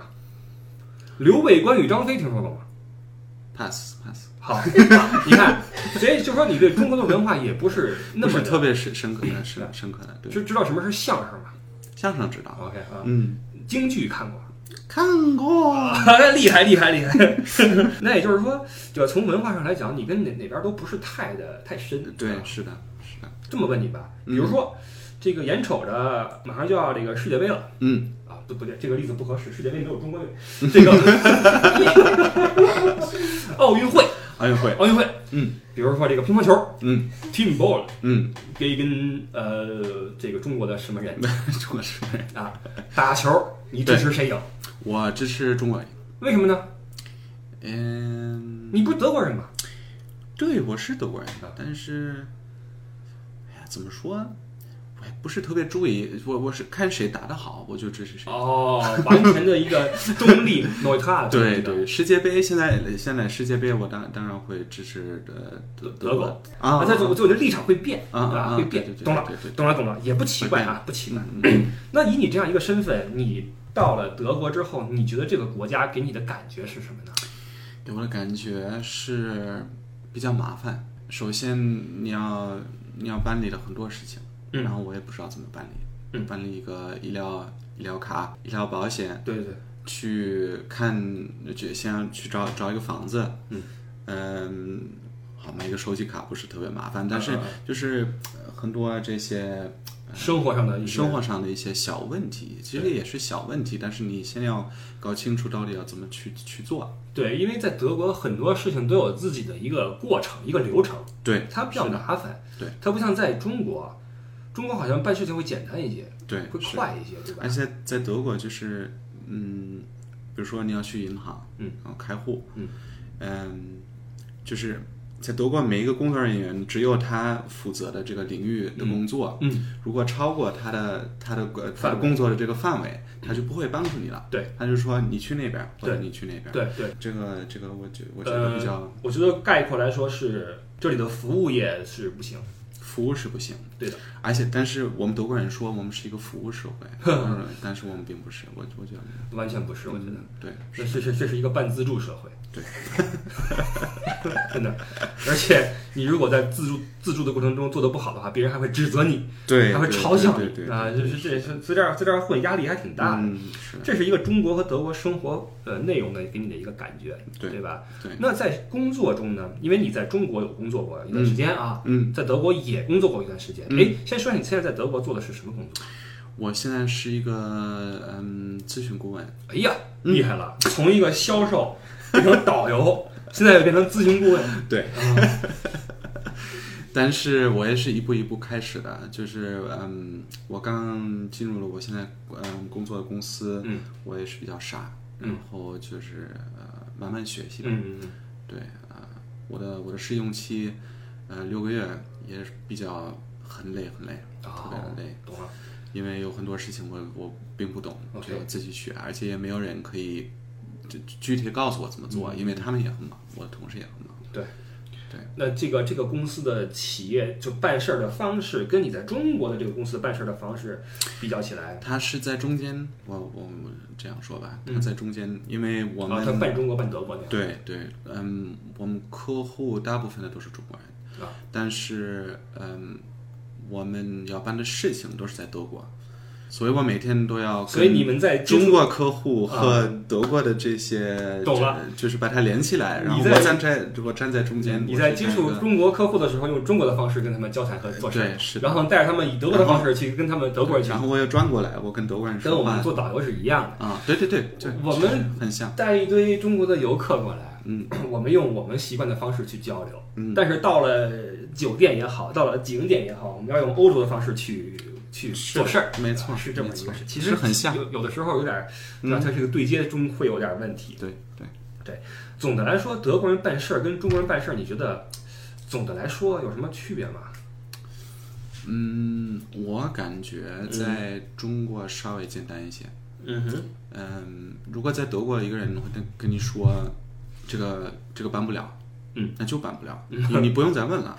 S1: 刘备、关羽、张飞，听说过吗？
S3: pass pass，
S1: <laughs> 好，你看，所以就说你对中国的文化也不是那
S3: 不
S1: 么
S3: 是
S1: 的
S3: 特别深深刻的，是深刻的，对，
S1: 知知道什么是相声吗
S3: 相声知道，
S1: ？OK 啊，
S3: 嗯，
S1: 京剧看过。
S3: 看过，
S1: 啊， <laughs> 厉害厉害厉害！ <laughs> 那也就是说，就从文化上来讲，你跟哪哪边都不是太的太深。啊
S3: 对，是的，是的，
S1: 这么问你吧，比
S3: 嗯
S1: 如说、这个眼瞅着马上就要这个世界杯了
S3: 嗯，
S1: 啊，不不对，这个例子不合适，世界杯没有中国队，这 <laughs> 个奥运会，
S3: 奥运哎会，
S1: 奥运会，
S3: 嗯，
S1: 比如说这个乒乓球
S3: 嗯
S1: team ball
S3: 嗯，
S1: 跟跟呃这个中国的什么人
S3: <laughs> 中国是，
S1: 啊打球，你支持谁赢？
S3: 我支持中国人，
S1: 为什么呢？
S3: 嗯，
S1: 你不是德国人吗？
S3: 对，我是德国人，但是，哎呀，怎么说？我也不是特别注意，我我是看谁打得好，我就支持谁。
S1: 哦，完全的一
S3: <laughs>
S1: 个中立 nội 塔，
S3: 啊对对，世界杯现在现在世界杯，我当当然会支持呃德
S1: 德国
S3: 啊，
S1: 啊，他就我就我觉得立场会变
S3: 啊啊
S1: 吧？
S3: 啊
S1: 会
S3: 对
S1: 变，
S3: 对
S1: 懂了
S3: 对对对，嗯
S1: 懂了，懂了，也不奇怪啊，不奇怪。那以你这样一个身份，你到了德国之后，你觉得这个国家给你的感觉是什么呢？
S3: 给我的感觉是比较麻烦。首先你要你要办理了很多事情，
S1: 嗯
S3: 然后我也不知道怎么办理，
S1: 嗯
S3: 办理一个医疗医疗卡、医疗保险，
S1: 对对对，
S3: 去看，就先去找找一个房子，
S1: 嗯
S3: 嗯，好买一个手机卡不是特别麻烦，但
S1: 啊
S3: 是
S1: 啊
S3: 就是呃很多这些
S1: 生活上的一些
S3: 生活上的一些小问题，其实也是小问题，但是你先要搞清楚到底要怎么去去做。
S1: 对，因为在德国很多事情都有自己的一个过程，一个流程，
S3: 对
S1: 它比较麻烦。
S3: 对，
S1: 它不像在中国，中国好像办事情会简单一些，
S3: 对，
S1: 会
S3: 是
S1: 快一些，对吧
S3: 而？且在德国就是，嗯，比如说你要去银行，
S1: 嗯，
S3: 然后开户，
S1: 嗯，
S3: 嗯，就是在德国每一个工作人员只有他负责的这个领域的工作，
S1: 嗯，
S3: 如果超过他的他的呃他
S1: 范
S3: 的
S1: 围
S3: 工作的这个范围，他就不会帮助你了，
S1: 对，
S3: 他就说你去那边或者
S1: 对
S3: 你去那边，，
S1: 对对。
S3: 这个这个我觉我觉得比较
S1: 呃，我觉得概括来说是这里的服务业是不行，
S3: 服务是不行，
S1: 对的，
S3: 而且但是我们德国人说我们是一个服务社会，嗯但是我们并不是，我我觉得
S1: 完全不是，我觉得
S3: 嗯对。
S1: 这这是这是一个半自助社会，
S3: 对，
S1: 真的，而且你如果在自助自助的过程中做的不好的话，别人还会指责你，
S3: 对，
S1: 还会
S3: 对
S1: 嘲笑
S3: 对
S1: 你
S3: 对对
S1: 啊，就是这是在这儿在这儿混压力还挺大的。
S3: 嗯，是
S1: 这是一个中国和德国生活呃内容的给你的一个感觉，
S3: 对
S1: 吧？
S3: 对，
S1: 那在工作中呢，因为你在中国有工作过一段时间啊，
S3: 嗯，
S1: 在德国也工作过一段时间。
S3: 嗯
S1: 哎，先说你现在在德国做的是什么工作？
S3: 我现在是一个嗯咨询顾问，
S1: 哎呀，
S3: 嗯
S1: 厉害了，从一个销售变成导游，现在又变成咨询顾问。
S3: <laughs> 对，
S1: 啊，
S3: 嗯但是我也是一步一步开始的，就是嗯，我刚进入了我现在嗯工作的公司，
S1: 嗯
S3: 我也是比较傻，
S1: 嗯
S3: 然后就是呃慢慢学习吧，
S1: 嗯，
S3: 对啊、我的我的试用期呃六个月也是比较很累很累，特别
S1: 哦
S3: 的累，
S1: 懂了。
S3: 因为有很多事情我我并不懂
S1: OK
S3: 就自己学，而且也没有人可以具具体告诉我怎
S1: 嗯
S3: 么做，因为他们也很忙，我的同事也很忙。
S1: 对，
S3: 对，
S1: 那这个这个公司的企业就办事儿的方式，跟你在中国的这个公司办事儿的方式比较起来，
S3: 他是在中间，我我我这样说吧，
S1: 嗯
S3: 他在中间，因为我
S1: 啊，
S3: 们、
S1: 他办中国办德国那样
S3: 对对，嗯，我们客户大部分的都是中国人，
S1: 啊，
S3: 但是嗯，我们要办的事情都是在德国，所以我每天都要跟
S1: 所以你们在接触
S3: 中国客户和
S1: 啊
S3: 德国的这些，
S1: 懂了
S3: 就，就是把它连起来，
S1: 你
S3: 然后我
S1: 在
S3: 站在我站在中间，
S1: 嗯你
S3: 我
S1: 在
S3: 是
S1: 接
S3: 那
S1: 触
S3: 个
S1: 中国客户的时候，用中国的方式跟他们交谈和做事，
S3: 对是的
S1: 然后带着他们以德国的方式去跟他们德国人去
S3: 然，后我又转过来，我跟德国人
S1: 跟
S3: 说
S1: 我们
S3: 话
S1: 做导游是一样的，
S3: 啊，对对对，就
S1: 我们
S3: 很像，
S1: 带一堆中国的游客过来，
S3: 嗯，
S1: 我们用我们习惯的方式去交流，
S3: 嗯
S1: 但是到了酒店也好，到了景点也好，我们要用欧洲的方式去去
S3: 是
S1: 做事儿，
S3: 没错
S1: 对吧是这么
S3: 没
S1: 一个
S3: 错
S1: 事。其
S3: 是
S1: 实
S3: 很像
S1: 有有的时候有点儿，对吧
S3: 嗯
S1: 它这个对接中会有点儿问题。
S3: 对对，
S1: 总的来说，德国人办事儿跟中国人办事儿，你觉得总的来说有什么区别吗？
S3: 嗯，我感觉在中国稍微简单一些，
S1: 嗯哼，
S3: 嗯，如果在德国一个人会跟跟你说，这个这个办不了，
S1: 嗯，
S3: 那就办不
S1: <laughs>
S3: 了，你你不用再问了，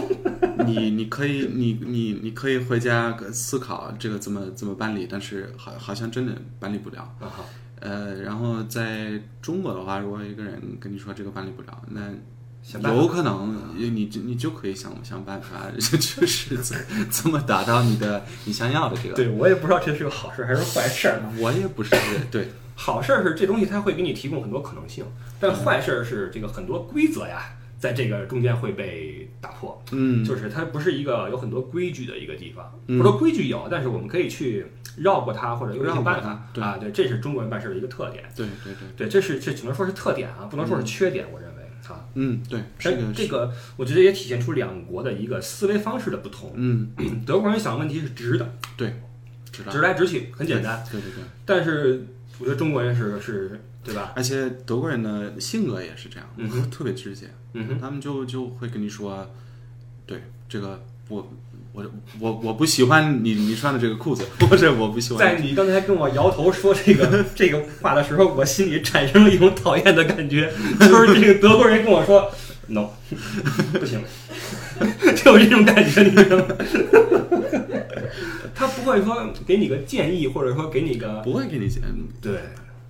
S3: <laughs> 你你可以你你你可以回家思考这个怎么怎么办理，但是好好像真的办理不了。
S1: 啊哈，
S3: 呃，然后在中国的话，如果一个人跟你说这个办理不了，那
S1: 想办法
S3: 有可能你你就你就可以想想办法， <laughs> 就是怎怎么达到你的你想要的这个。
S1: 对我也不知道这是个好事儿还是坏事儿。
S3: 我也不是对，
S1: 好事儿是这东西它会给你提供很多可能性，但坏事儿是这个很多规则呀，在这个中间会被打破。
S3: 嗯，
S1: 就是它不是一个有很多规矩的一个地方，
S3: 嗯
S1: 或者说规矩有，但是我们可以去绕过它，或者用一些办法
S3: 绕过它对
S1: 啊。对，这是中国人办事的一个特点。
S3: 对对对，
S1: 对，这是这只能说是特点啊，不能说是缺点。我认为啊，
S3: 嗯对，
S1: 但
S3: 这个
S1: 这个我觉得也体现出两国的一个思维方式的不同。
S3: 嗯，
S1: 德国人想问题是直的，
S3: 对，知道，
S1: 直来直去，很简单。
S3: 对。对对对，
S1: 但是我觉得中国人是是，对吧？
S3: 而且德国人的性格也是这样，
S1: 嗯哼
S3: 特别直接，
S1: 嗯哼，
S3: 他们就就会跟你说，对这个我我我我不喜欢你你穿的这个裤子， <laughs> 或者我不喜
S1: 在
S3: 欢。
S1: 你刚才跟我摇头说这个
S3: <laughs>
S1: 这个话的时候，我心里产生了一种讨厌的感
S3: <laughs>
S1: 觉，就是这个德国人跟我说 “no”，不
S3: <laughs>
S1: 行，就有这种感觉，你知道吗？他不会说给你个建议，或者说给你个
S3: 不会给你讲，
S1: 对，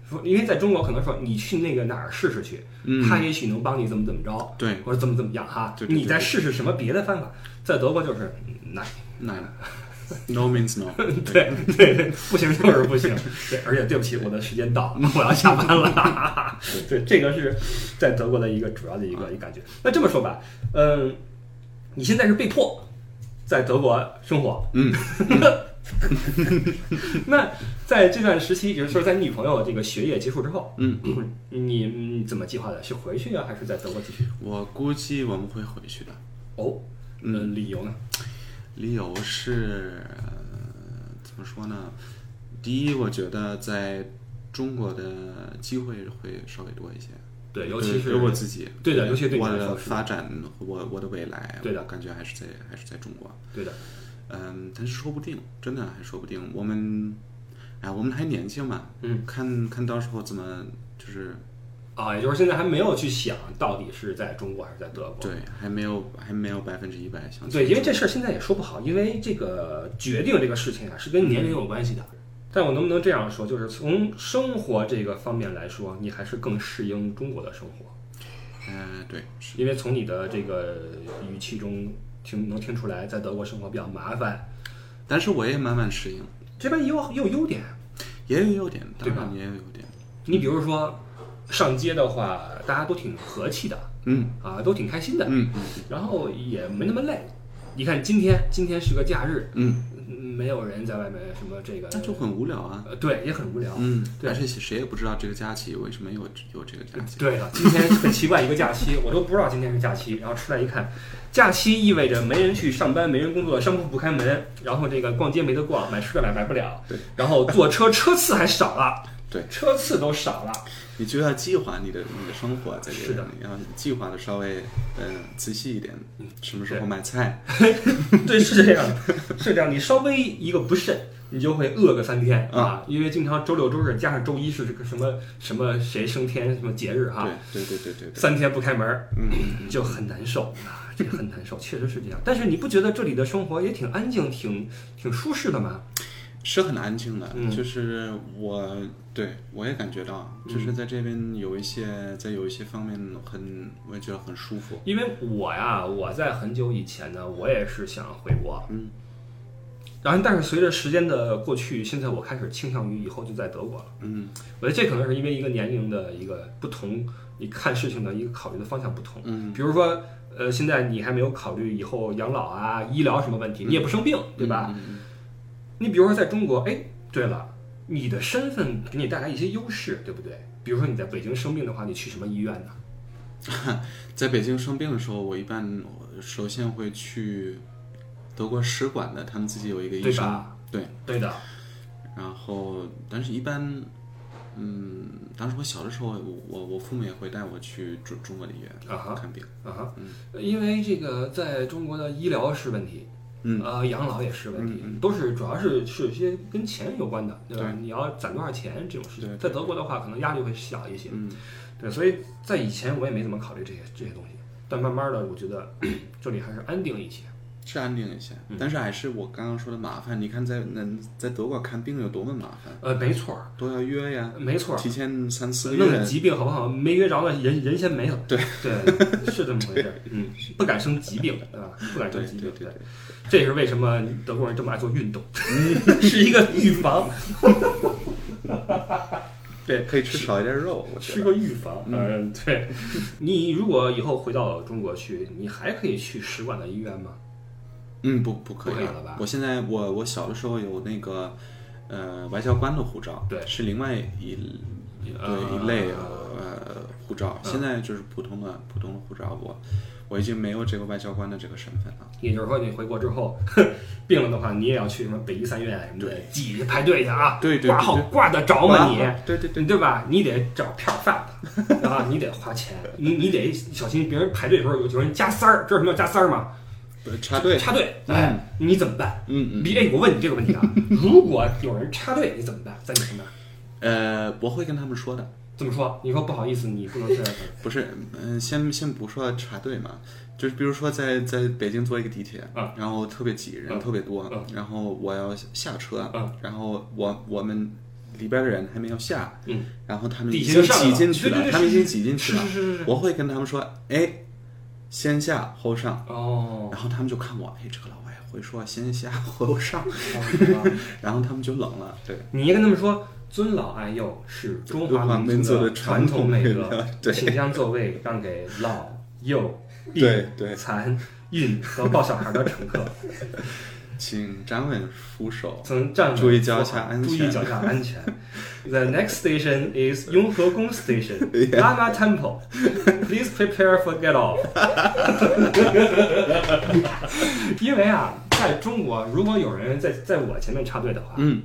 S1: 说因为在中国可能说你去那个哪儿试试去，
S3: 嗯
S1: 他也许能帮你怎么怎么着，
S3: 对，
S1: 或者怎么怎么样哈。
S3: 对对对
S1: 你再试试什么别的办法，在德国就是嗯那
S3: 那
S1: <laughs>
S3: no means no，
S1: 对对对，不行就是不行。 <laughs> 对，而且对不起，我的时间到了，我要下班了。 <laughs> 嗯对，这个是在德国的一个主要的一个一个感觉。那这么说吧，嗯，你现在是被迫在德国生活，
S3: 嗯，
S1: <laughs> 那在这段时期，也就是说在你女朋友这个学业结束之后，
S3: 嗯，
S1: <clears throat> 你你怎么计划的？是回去啊，还是在德国继续？
S3: 我估计我们会回去的。
S1: 哦，嗯，理由呢？
S3: 理由是、呃怎么说呢？第一，我觉得在中国的机会会稍微多一些，
S1: 对，尤其是
S3: 对我自己，
S1: 对的尤其对你
S3: 我
S1: 来说
S3: 的
S1: 是
S3: 发展，我我的未来，
S1: 对的
S3: 我感觉还是在还是在中国。
S1: 对的，
S3: 嗯，但是说不定，真的还说不定。我们，哎，我们还年轻嘛，
S1: 嗯，
S3: 看看到时候怎么就是
S1: 啊，也就是现在还没有去想到底是在中国还是在德国。
S3: 对，还没有还没有百分之一百相信。
S1: 啊对，因为这事儿现在也说不好，因为这个决定这个事情啊是跟年龄有关系的。但我能不能这样说，就是从生活这个方面来说，你还是更适应中国的生活，
S3: 嗯、对，是，
S1: 因为从你的这个语气中听能听出来，在德国生活比较麻烦，
S3: 但是我也慢慢适应，
S1: 这边也有也有优点。
S3: 也有优点，
S1: 对
S3: 当
S1: 吧
S3: 然也有优点。
S1: 你比如说上街的话，大家都挺和气的
S3: 嗯
S1: 啊，都挺开心 <laughs> 的，
S3: 嗯嗯
S1: 然后也没那么累。你看今天，今天是个假日，
S3: 嗯，
S1: 没有人在外面什么这个，
S3: 那就很无聊啊。
S1: 呃对，也很无聊。
S3: 嗯，
S1: 对
S3: 而且谁也不知道这个假期为什么有有这个假期。
S1: 对了，今天很奇怪一个假期，我都不知道今天是假期。然后出来一看，假期意味着没人去上班，没人工作，商铺不开门，然后这个逛街没得逛，买吃的买买不了，
S3: 对，
S1: 然后坐车车次还少了，
S3: <laughs> 对
S1: 车次都少了，
S3: 你就要计划你的你的生活在这
S1: 是
S3: 里
S1: 的，
S3: 你要计划的稍微嗯仔细一点，什么时
S1: 嗯
S3: 候
S1: 对
S3: 买菜，
S1: 对，是这样的，是这样。你稍微一个不慎，你就会饿个三天啊，因为经常周六周日加上周一是这个什么什么谁升天什么节日哈、
S3: 对对对对对对，
S1: 三天不开门儿
S3: 嗯嗯
S1: 就很难受啊，这个很难受，确实是这样。但是你不觉得这里的生活也挺安静、挺挺舒适的吗？
S3: 是很安静的，
S1: 嗯
S3: 就是我对我也感觉到，就是在这边有一些在有一些方面很，我也觉得很舒服。
S1: 因为我呀，我在很久以前呢，我也是想回国，
S3: 嗯，
S1: 然后但是随着时间的过去，现在我开始倾向于以后就在德国了。
S3: 嗯
S1: 我觉得这可能是因为一个年龄的一个不同，你看事情的一个考虑的方向不同。
S3: 嗯
S1: 比如说，呃，现在你还没有考虑以后养老啊、医疗什么问题，你也不生病，对吧？？
S3: 嗯嗯
S1: 你比如说在中国，哎，对了，你的身份给你带来一些优势，对不对？比如说你在北京生病的话，你去什么医院呢？
S3: 在北京生病的时候，我一般呃首先会去德国使馆的，他们自己有一个医
S1: 对
S3: 生，
S1: 吧？
S3: 对。
S1: 对的，
S3: 然后，但是一般，嗯，当时我小的时候，我我我父母也会带我去中中国的医院
S1: 啊哈
S3: 看病。
S1: 啊哈，因为这个在中国的医疗是问题，
S3: 嗯
S1: 呃，养老也是问题，
S3: 嗯
S1: 都是主要是是一些跟钱有关的，对吧？
S3: 对
S1: 你要攒多少钱这种事情，
S3: 对
S1: 在德国的话，可能压力会小一些，
S3: 嗯，
S1: 对，所以在以前我也没怎么考虑这些这些东西，但慢慢的，我觉得 <clears throat> 这里还是安定一些，
S3: 是安定一些
S1: 嗯，
S3: 但是还是我刚刚说的麻烦。你看在那在德国看病有多么麻烦，
S1: 呃，没错儿，
S3: 都要约呀，
S1: 没错儿，
S3: 提前三四个
S1: 弄个
S3: 月。
S1: 疾病好不好？没约着呢，人人先没了。
S3: 对 <laughs>
S1: 对，是这么回事儿。嗯，不敢生疾病啊，不敢
S3: 对
S1: 生疾
S3: 对对
S1: 病。
S3: 对，
S1: 这也是为什么德国人这么爱做运
S3: <laughs>
S1: 动，是一个预防，
S3: 对可以吃少一点肉，我
S1: <laughs> 是一
S3: 觉得。
S1: 个预防。嗯，对。你如果以后回到中国去，你还可以去使馆的医院吗？
S3: 嗯，不不可以
S1: 不可以了吧
S3: 我现在我我小的时候有那个呃外交官的护照，
S1: 对
S3: 是另外一
S1: 呃嗯
S3: 对一类呃护照。现在就是普通的普通的护照，我我已经没有这个外交官的这个身份了。
S1: 也就是说，你回国之后病了的话，你也要去什么北医三院什么的挤着排队去啊？
S3: 对对对
S1: 挂号挂得着吗你？
S3: 啊对对对
S1: 对对吧？你得找票贩子啊，你得花钱，你你得小心别人排队的时候有有人加塞儿，知道什么叫加塞儿吗？
S3: 呃插队，
S1: 插队，
S3: 嗯
S1: 哎，你怎么办？
S3: 嗯嗯，
S1: 李，哎，我问你这个问题啊，如果有人插队，你怎么办？在你们那儿
S3: 呃，我会跟他们说的，
S1: 这么说，你说不好意思，你不能这样干。
S3: <laughs> 不是，嗯、先先不说插队嘛，就是比如说在在北京坐一个地铁，
S1: 嗯
S3: 然后特别挤，人
S1: 嗯
S3: 特别多，
S1: 嗯
S3: 然后我要下车，
S1: 嗯
S3: 然后我我们里边的人还没有下，
S1: 嗯，
S3: 然后他们
S1: 底
S3: 已
S1: 下就
S3: 经
S1: 上
S3: 挤
S1: 了
S3: 进去了，
S1: 对对对
S3: 他们已
S1: 是
S3: 经挤进去
S1: 是
S3: 了，
S1: 是是是，
S3: 我会跟他们说，哎，先下后上，
S1: 哦，
S3: 然后他们就看我，哎，这个老外会说先下后上，
S1: 嗯
S3: <laughs> 然后他们就冷了，对。
S1: 你应该跟他们说，尊老爱幼是中华族传美德，
S3: 对
S1: 请将座位让给老幼
S3: 对对
S1: 残孕和抱小孩的乘客，
S3: 请站稳扶手。
S1: 请站稳
S3: 注意脚下安全
S1: 注意脚下安全。The next station is 雍和宫
S3: <laughs>
S1: Station, Lama Temple. Please prepare for get off. <laughs> 因为啊，在中国，如果有人在在我前面插队的话，
S3: 嗯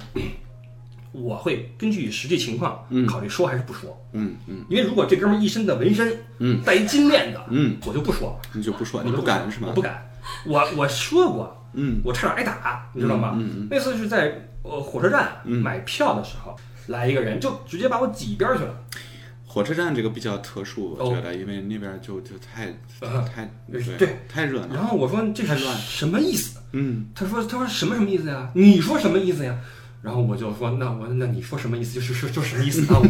S1: 我会根据实际情况
S3: 嗯
S1: 考虑说还是不说。
S3: 嗯嗯
S1: 因为如果这哥们儿一身的纹身，
S3: 嗯，
S1: 带一金链子，
S3: 嗯，
S1: 我就不说，
S3: 你就不说，
S1: 我
S3: 你
S1: 就
S3: 不敢是吗？
S1: 我不。敢，我我说过，
S3: 嗯
S1: 我差点挨打，你知道吗？
S3: 嗯嗯嗯
S1: 那次是在呃火车站
S3: 嗯
S1: 买票的时候，来一个人就直接把我挤一边去
S3: 啊
S1: 了，
S3: 火车站这个比较特殊，
S1: 哦
S3: 我觉得，因为那边就就太
S1: 啊
S3: 太
S1: 对
S3: 太热闹。
S1: 然后我说这是
S3: 太乱了
S1: 什么意思？
S3: 嗯，
S1: 他说他说什么什么意思呀？你说什么意思呀？然后我就说那我那你说什么意思？就是就是就是什么意思啊？
S3: <laughs>
S1: 我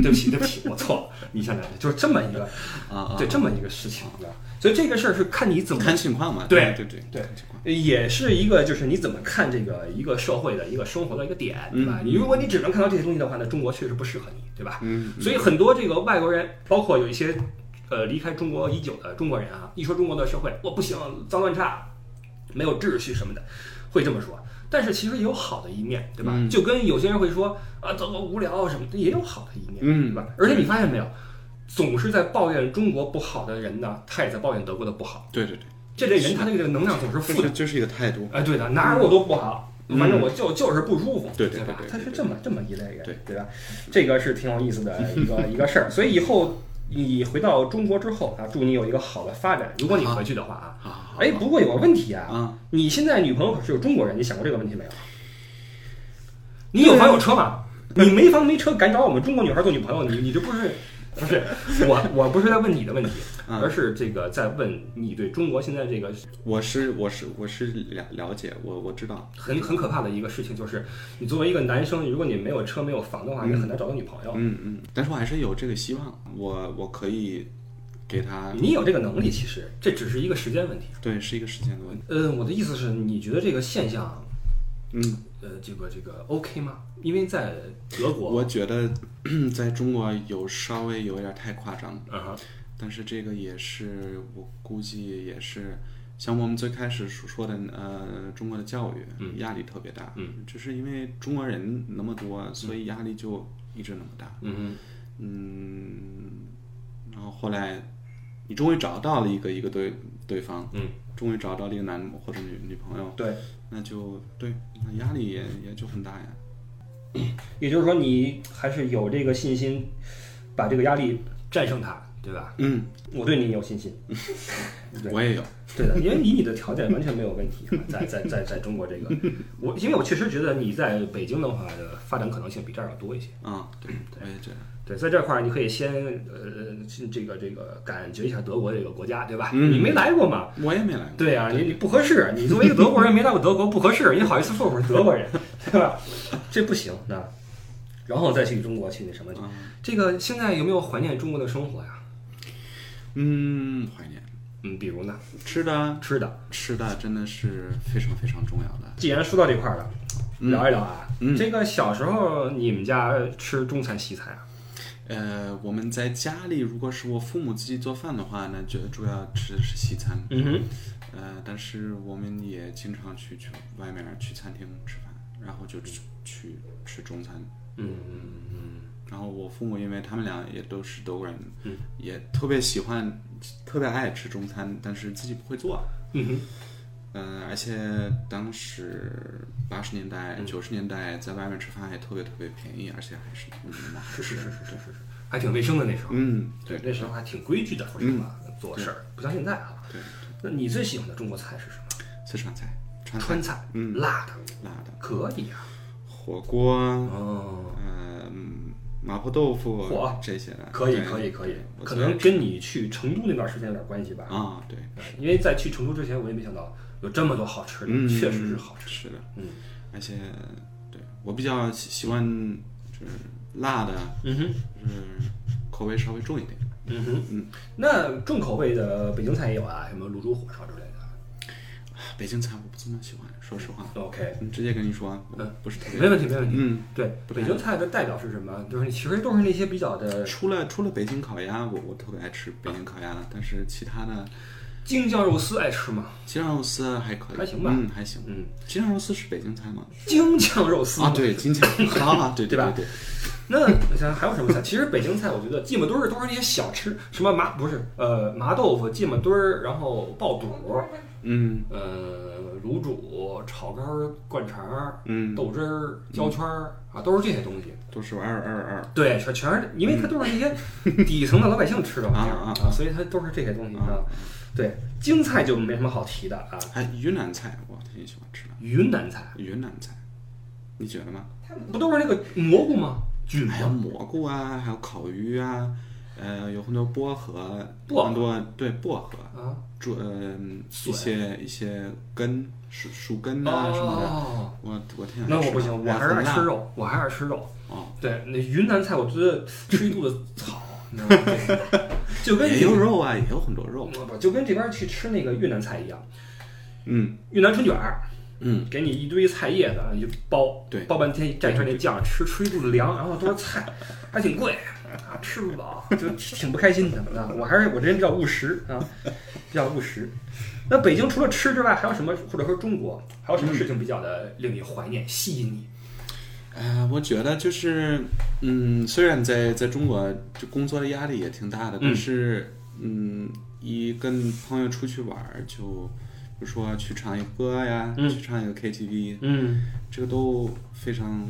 S1: 对不起对不起，我错了，你先来，就是这么一个
S3: 啊啊，
S1: 对这么一个事情，你知道所以这个事儿是看你怎么
S3: 看情况嘛。
S1: 对
S3: 嗯对对
S1: 对
S3: 看情况。
S1: 也是一个，就是你怎么看这个一个社会的一个生活的一个点，对吧？
S3: 嗯
S1: 你如果你只能看到这些东西的话，那中国确实不适合你，对吧？
S3: 嗯，
S1: 所以很多这个外国人，包括有一些呃离开中国已久的中国人啊，一说中国的社会，我不行，脏乱差，没有秩序什么的，会这么说。但是其实也有好的一面，对吧？
S3: 嗯
S1: 就跟有些人会说啊，怎么无聊啊什么的，也有好的一面，
S3: 嗯
S1: 对吧？而且你发现没有，总是在抱怨中国不好的人呢，他也在抱怨德国的不好。
S3: 对对对，
S1: 这类人他那个能量总是负
S3: 这
S1: 的
S3: 是。就是一个态度。
S1: 哎，对的，哪儿我都不好，
S3: 嗯
S1: 反正我就就是不舒服，
S3: 对对
S1: 对吧
S3: 对？对
S1: 他是
S3: 对
S1: 这么这么一类人，
S3: 对
S1: 对吧？这个是挺有意思的一
S3: <laughs>
S1: 个一个事儿，所以以后你回到中国之后啊，祝你有一个好的发展。如果你回去的话啊，
S3: 好好好
S1: 哎，不过有个问题啊，
S3: 啊，
S1: 你现在女朋友可是有中国人，你想过这个问题没有？你有房有车吗？啊你没房没车，敢找我们中国女孩做女朋友，你你这不是？不是，我我不是在问你的
S3: <laughs>
S1: 问题，
S3: 嗯
S1: 而是这个在问你对中国现在这个
S3: 我是我是我是了了解，我我知道。
S1: 很很可怕的一个事情就是，你作为一个男生，如果你没有车没有房的话，你很难找到女朋友。
S3: 嗯嗯，但是我还是有这个希望，我我可以给他，
S1: 你有这个能力，其实这只是一个时间问题。
S3: 对，是一个时间的问题。
S1: 呃，我的意思是，你觉得这个现象，
S3: 嗯，
S1: 呃，这个这个 OK 吗？因为在德国，
S3: 我觉得嗯在中国有稍微有点太夸张，
S1: 啊哈，
S3: 但是这个也是我估计也是像我们最开始所说的，呃，中国的教育、
S1: 嗯
S3: 压力特别大，
S1: 嗯，
S3: 就是因为中国人那么多，所以压力就一直那么大，
S1: 嗯
S3: 嗯，然后后来你终于找到了一个一个对对方，
S1: 嗯，
S3: 终于找到了一个男或者女女朋友
S1: 哼，，对，
S3: 那就对，那压力也也就很大呀，
S1: 也就是说，你还是有这个信心，把这个压力战胜它，对吧？
S3: 嗯，
S1: 我对你有信心。对
S3: 我也有，
S1: 对的，因为以你的条件完全没有问题，在在在在中国这个，我因为我确实觉得你在北京的话的发展可能性比这儿要多一些。
S3: 啊，对，我也这样，
S1: 对，在这块儿你可以先呃，是这个这个感觉一下德国这个国家，对吧？
S3: 嗯
S1: 你没来过嘛？
S3: 我也没来过。
S1: 对呀、你你不合适，你作为一个德国人没来过德国不合适，你好意思说我是德国人， <laughs> 对吧？这不行那然后再去中国去那什么去？
S3: 啊
S1: 这个现在有没有怀念中国的生活呀？
S3: 嗯，怀念
S1: 嗯，比如呢，
S3: 吃的，
S1: 吃的。
S3: 吃的真的是非常非常重要的。
S1: 既然说到这块儿了，
S3: 嗯
S1: 聊一聊啊。
S3: 嗯
S1: 这个小时候你们家吃中餐西餐啊？
S3: 呃，我们在家里，如果是我父母自己做饭的话呢，就主要吃的是西餐。
S1: 嗯哼，
S3: 呃，但是我们也经常去去外面去餐厅吃饭，然后就去去吃中餐。
S1: 嗯嗯嗯
S3: 然后我父母因为他们俩也都是德国人，
S1: 嗯
S3: 也特别喜欢，特别爱吃中餐，但是自己不会做。
S1: 嗯哼，
S3: 嗯，而且当时八十年代、
S1: 嗯
S3: 九十年代在外面吃饭也特别特别便宜，而且还是嗯
S1: 是是是是是是，还挺卫生的那时候。 <laughs>
S3: 嗯，对嗯
S1: 对，那时候还挺规矩的，说实话，做事儿不像现在啊。
S3: 对，
S1: 那你最喜欢的中国菜是什么？
S3: 四川菜，川菜
S1: 川菜，
S3: 嗯
S1: 辣的
S3: 辣的，嗯
S1: 可以啊，
S3: 火锅，
S1: 哦，
S3: 呃，嗯麻婆豆腐
S1: 火
S3: 这些的，
S1: 可以
S3: 对
S1: 可以可以
S3: 对，我
S1: 可
S3: 觉得
S1: 能跟你去成都那段时间有点关系吧，
S3: 啊，对，
S1: 因为在去成都之前，我也没想到有这么多好吃的，
S3: 嗯，
S1: 确实是好吃。
S3: 吃的，
S1: 嗯，
S3: 而且对我比较喜喜欢就是辣的，
S1: 嗯哼，
S3: 就是口味稍微重一点。
S1: 嗯哼，嗯。那重口味的北京菜也有啊，什么卤煮火烧之类的。
S3: 北京菜我不怎么喜欢，说实话，
S1: OK，
S3: 嗯直接跟你说，我
S1: 嗯
S3: 不是特别
S1: 没问题，没问题。
S3: 嗯，
S1: 对，
S3: 不太
S1: 北京菜的代表是什么？就是其实都是那些比较的
S3: 除了除了北京烤鸭，我我特别爱吃北京烤鸭了，但是其他的
S1: 京酱肉丝，爱吃吗？
S3: 鸡肉丝还可以，
S1: 还行吧
S3: 嗯，还行。
S1: 嗯，
S3: 鸡肉丝是北京菜吗？
S1: 京酱肉丝
S3: 啊，
S1: <laughs>
S3: 对，金钱啊，对
S1: 对吧
S3: 对对，
S1: 那我想还有什么菜？其实北京菜，我觉得芥末墩儿都是那些小吃，什么麻不是呃麻豆腐、芥末墩儿，然后爆肚，
S3: 嗯
S1: 呃卤煮、炒肝儿、灌肠儿、
S3: 嗯，
S1: 豆汁儿、焦圈儿啊，都是这些东西。
S3: 都是二二二，
S1: 对，全全是因为它都是那些底层的老百姓吃的玩意儿
S3: 嗯啊啊
S1: 啊，所以它都是这些东西啊
S3: 啊。
S1: 对，京菜就没什么好提的啊。
S3: 还哎云南菜我挺喜欢吃的，
S1: 云南菜
S3: 云南菜，你觉得吗？
S2: 他们
S1: 不都是那个蘑菇吗？菌
S3: 还有
S1: 吗？
S3: 蘑菇啊，还有烤鱼啊，呃，有很多薄荷，
S1: 薄荷
S3: 很多对薄荷，
S1: 啊，
S3: 主呃
S1: 笋
S3: 一些一些根树树根啊什么的，
S1: 哦，
S3: 我我挺
S1: 那
S3: 想
S1: 我不行，我还是爱吃肉，我还是爱吃肉。
S3: 哦，
S1: 对，那云南菜我觉得吃一肚子草，你知道吗？ <laughs> 就跟
S3: 也有肉啊，也有很多肉，
S1: 不不，就跟这边去吃那个越南菜一样，
S3: 嗯
S1: 越南春卷儿，
S3: 嗯，
S1: 给你一堆菜叶子，啊你就包，
S3: 对
S1: 包半天蘸出那酱，吃吃一肚子凉，然后都是菜，还挺贵啊，吃不饱，就挺不开心的啊。我还是我这人比较务实啊，比较务实。那北京除了吃之外，还有什么，或者说中国还有
S3: 嗯
S1: 什么事情比较的令你怀念、吸引你？
S3: 呃，我觉得就是嗯，虽然在在中国就工作的压力也挺大的，但是嗯，一跟朋友出去玩儿就。比如说去唱一个歌呀，
S1: 嗯
S3: 去唱一个 KTV，
S1: 嗯
S3: 这个都非常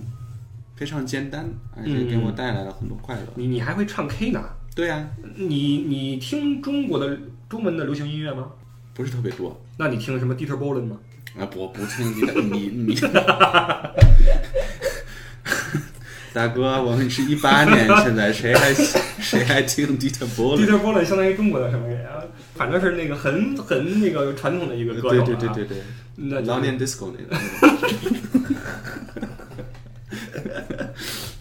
S3: 非常简单，而且给我带来了很多快乐。
S1: 你你还会唱 K 呢？
S3: 对呀、
S1: 你你听中国的中文的流行音乐吗？
S3: 不是特别多。
S1: 那你听什么 Dieter Bohlen 吗？
S3: 啊，我不听你的，你你， <laughs> 大哥，我们是一八年，现在谁还谁还听 Dieter Bohlen？
S1: Dieter Bohlen 相当于中国的什么人啊？反正是那个很很那个传统的一个歌手、
S3: 对
S1: 啊。
S3: 对对对对，
S1: 那就是
S3: 老年 disco
S1: <laughs>
S3: 那个。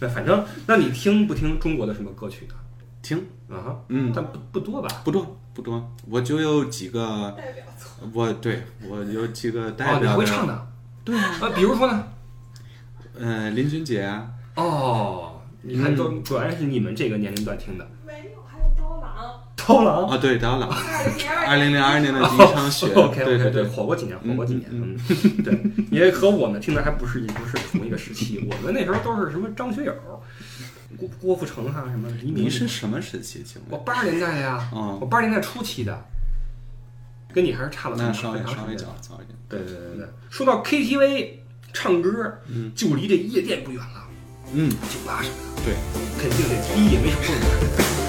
S1: 那反正，那你听不听中国的什么歌曲呢？
S3: 听，
S1: 啊哈，
S3: 嗯，
S1: 但不不多吧？
S3: 不多不多，我就有几个，
S2: 代表作，
S3: 我对我有几个代
S1: 哦，你
S3: 表
S1: 会
S3: 的，
S1: 唱的？对啊。比如说呢？
S3: 呃，林俊杰啊，
S1: 哦，你看，
S3: 嗯
S1: 都主要是你们这个年龄段听的。
S2: 没有，还有刀郎，
S1: 偷狼。，
S3: 哦对，刀郎，
S2: 二零零
S3: 二
S2: 二
S3: 零零二年的第一场雪
S1: OK
S3: 对
S1: OK
S3: 对，
S1: 火过几年，火过几年，嗯，对，因为和我们听的还不是一不是同一个时期，我们那时候都是什么张学友、郭郭富城啊，什么黎明
S3: 您。是什么时期？请
S1: 我
S3: 问？
S1: 八十年代的呀，
S3: 嗯
S1: 我八十年代初期的，跟你还是差了
S3: 那
S1: 很
S3: 稍
S1: 很
S3: 微
S1: 长
S3: 稍微
S1: 时间。
S3: 早早一点。
S1: 对对对对，说到 KTV 唱歌，
S3: 嗯
S1: 就离这夜店不远了，
S3: 嗯，
S1: 酒吧什么的，
S3: 对，
S1: 肯定得第一也没少蹦。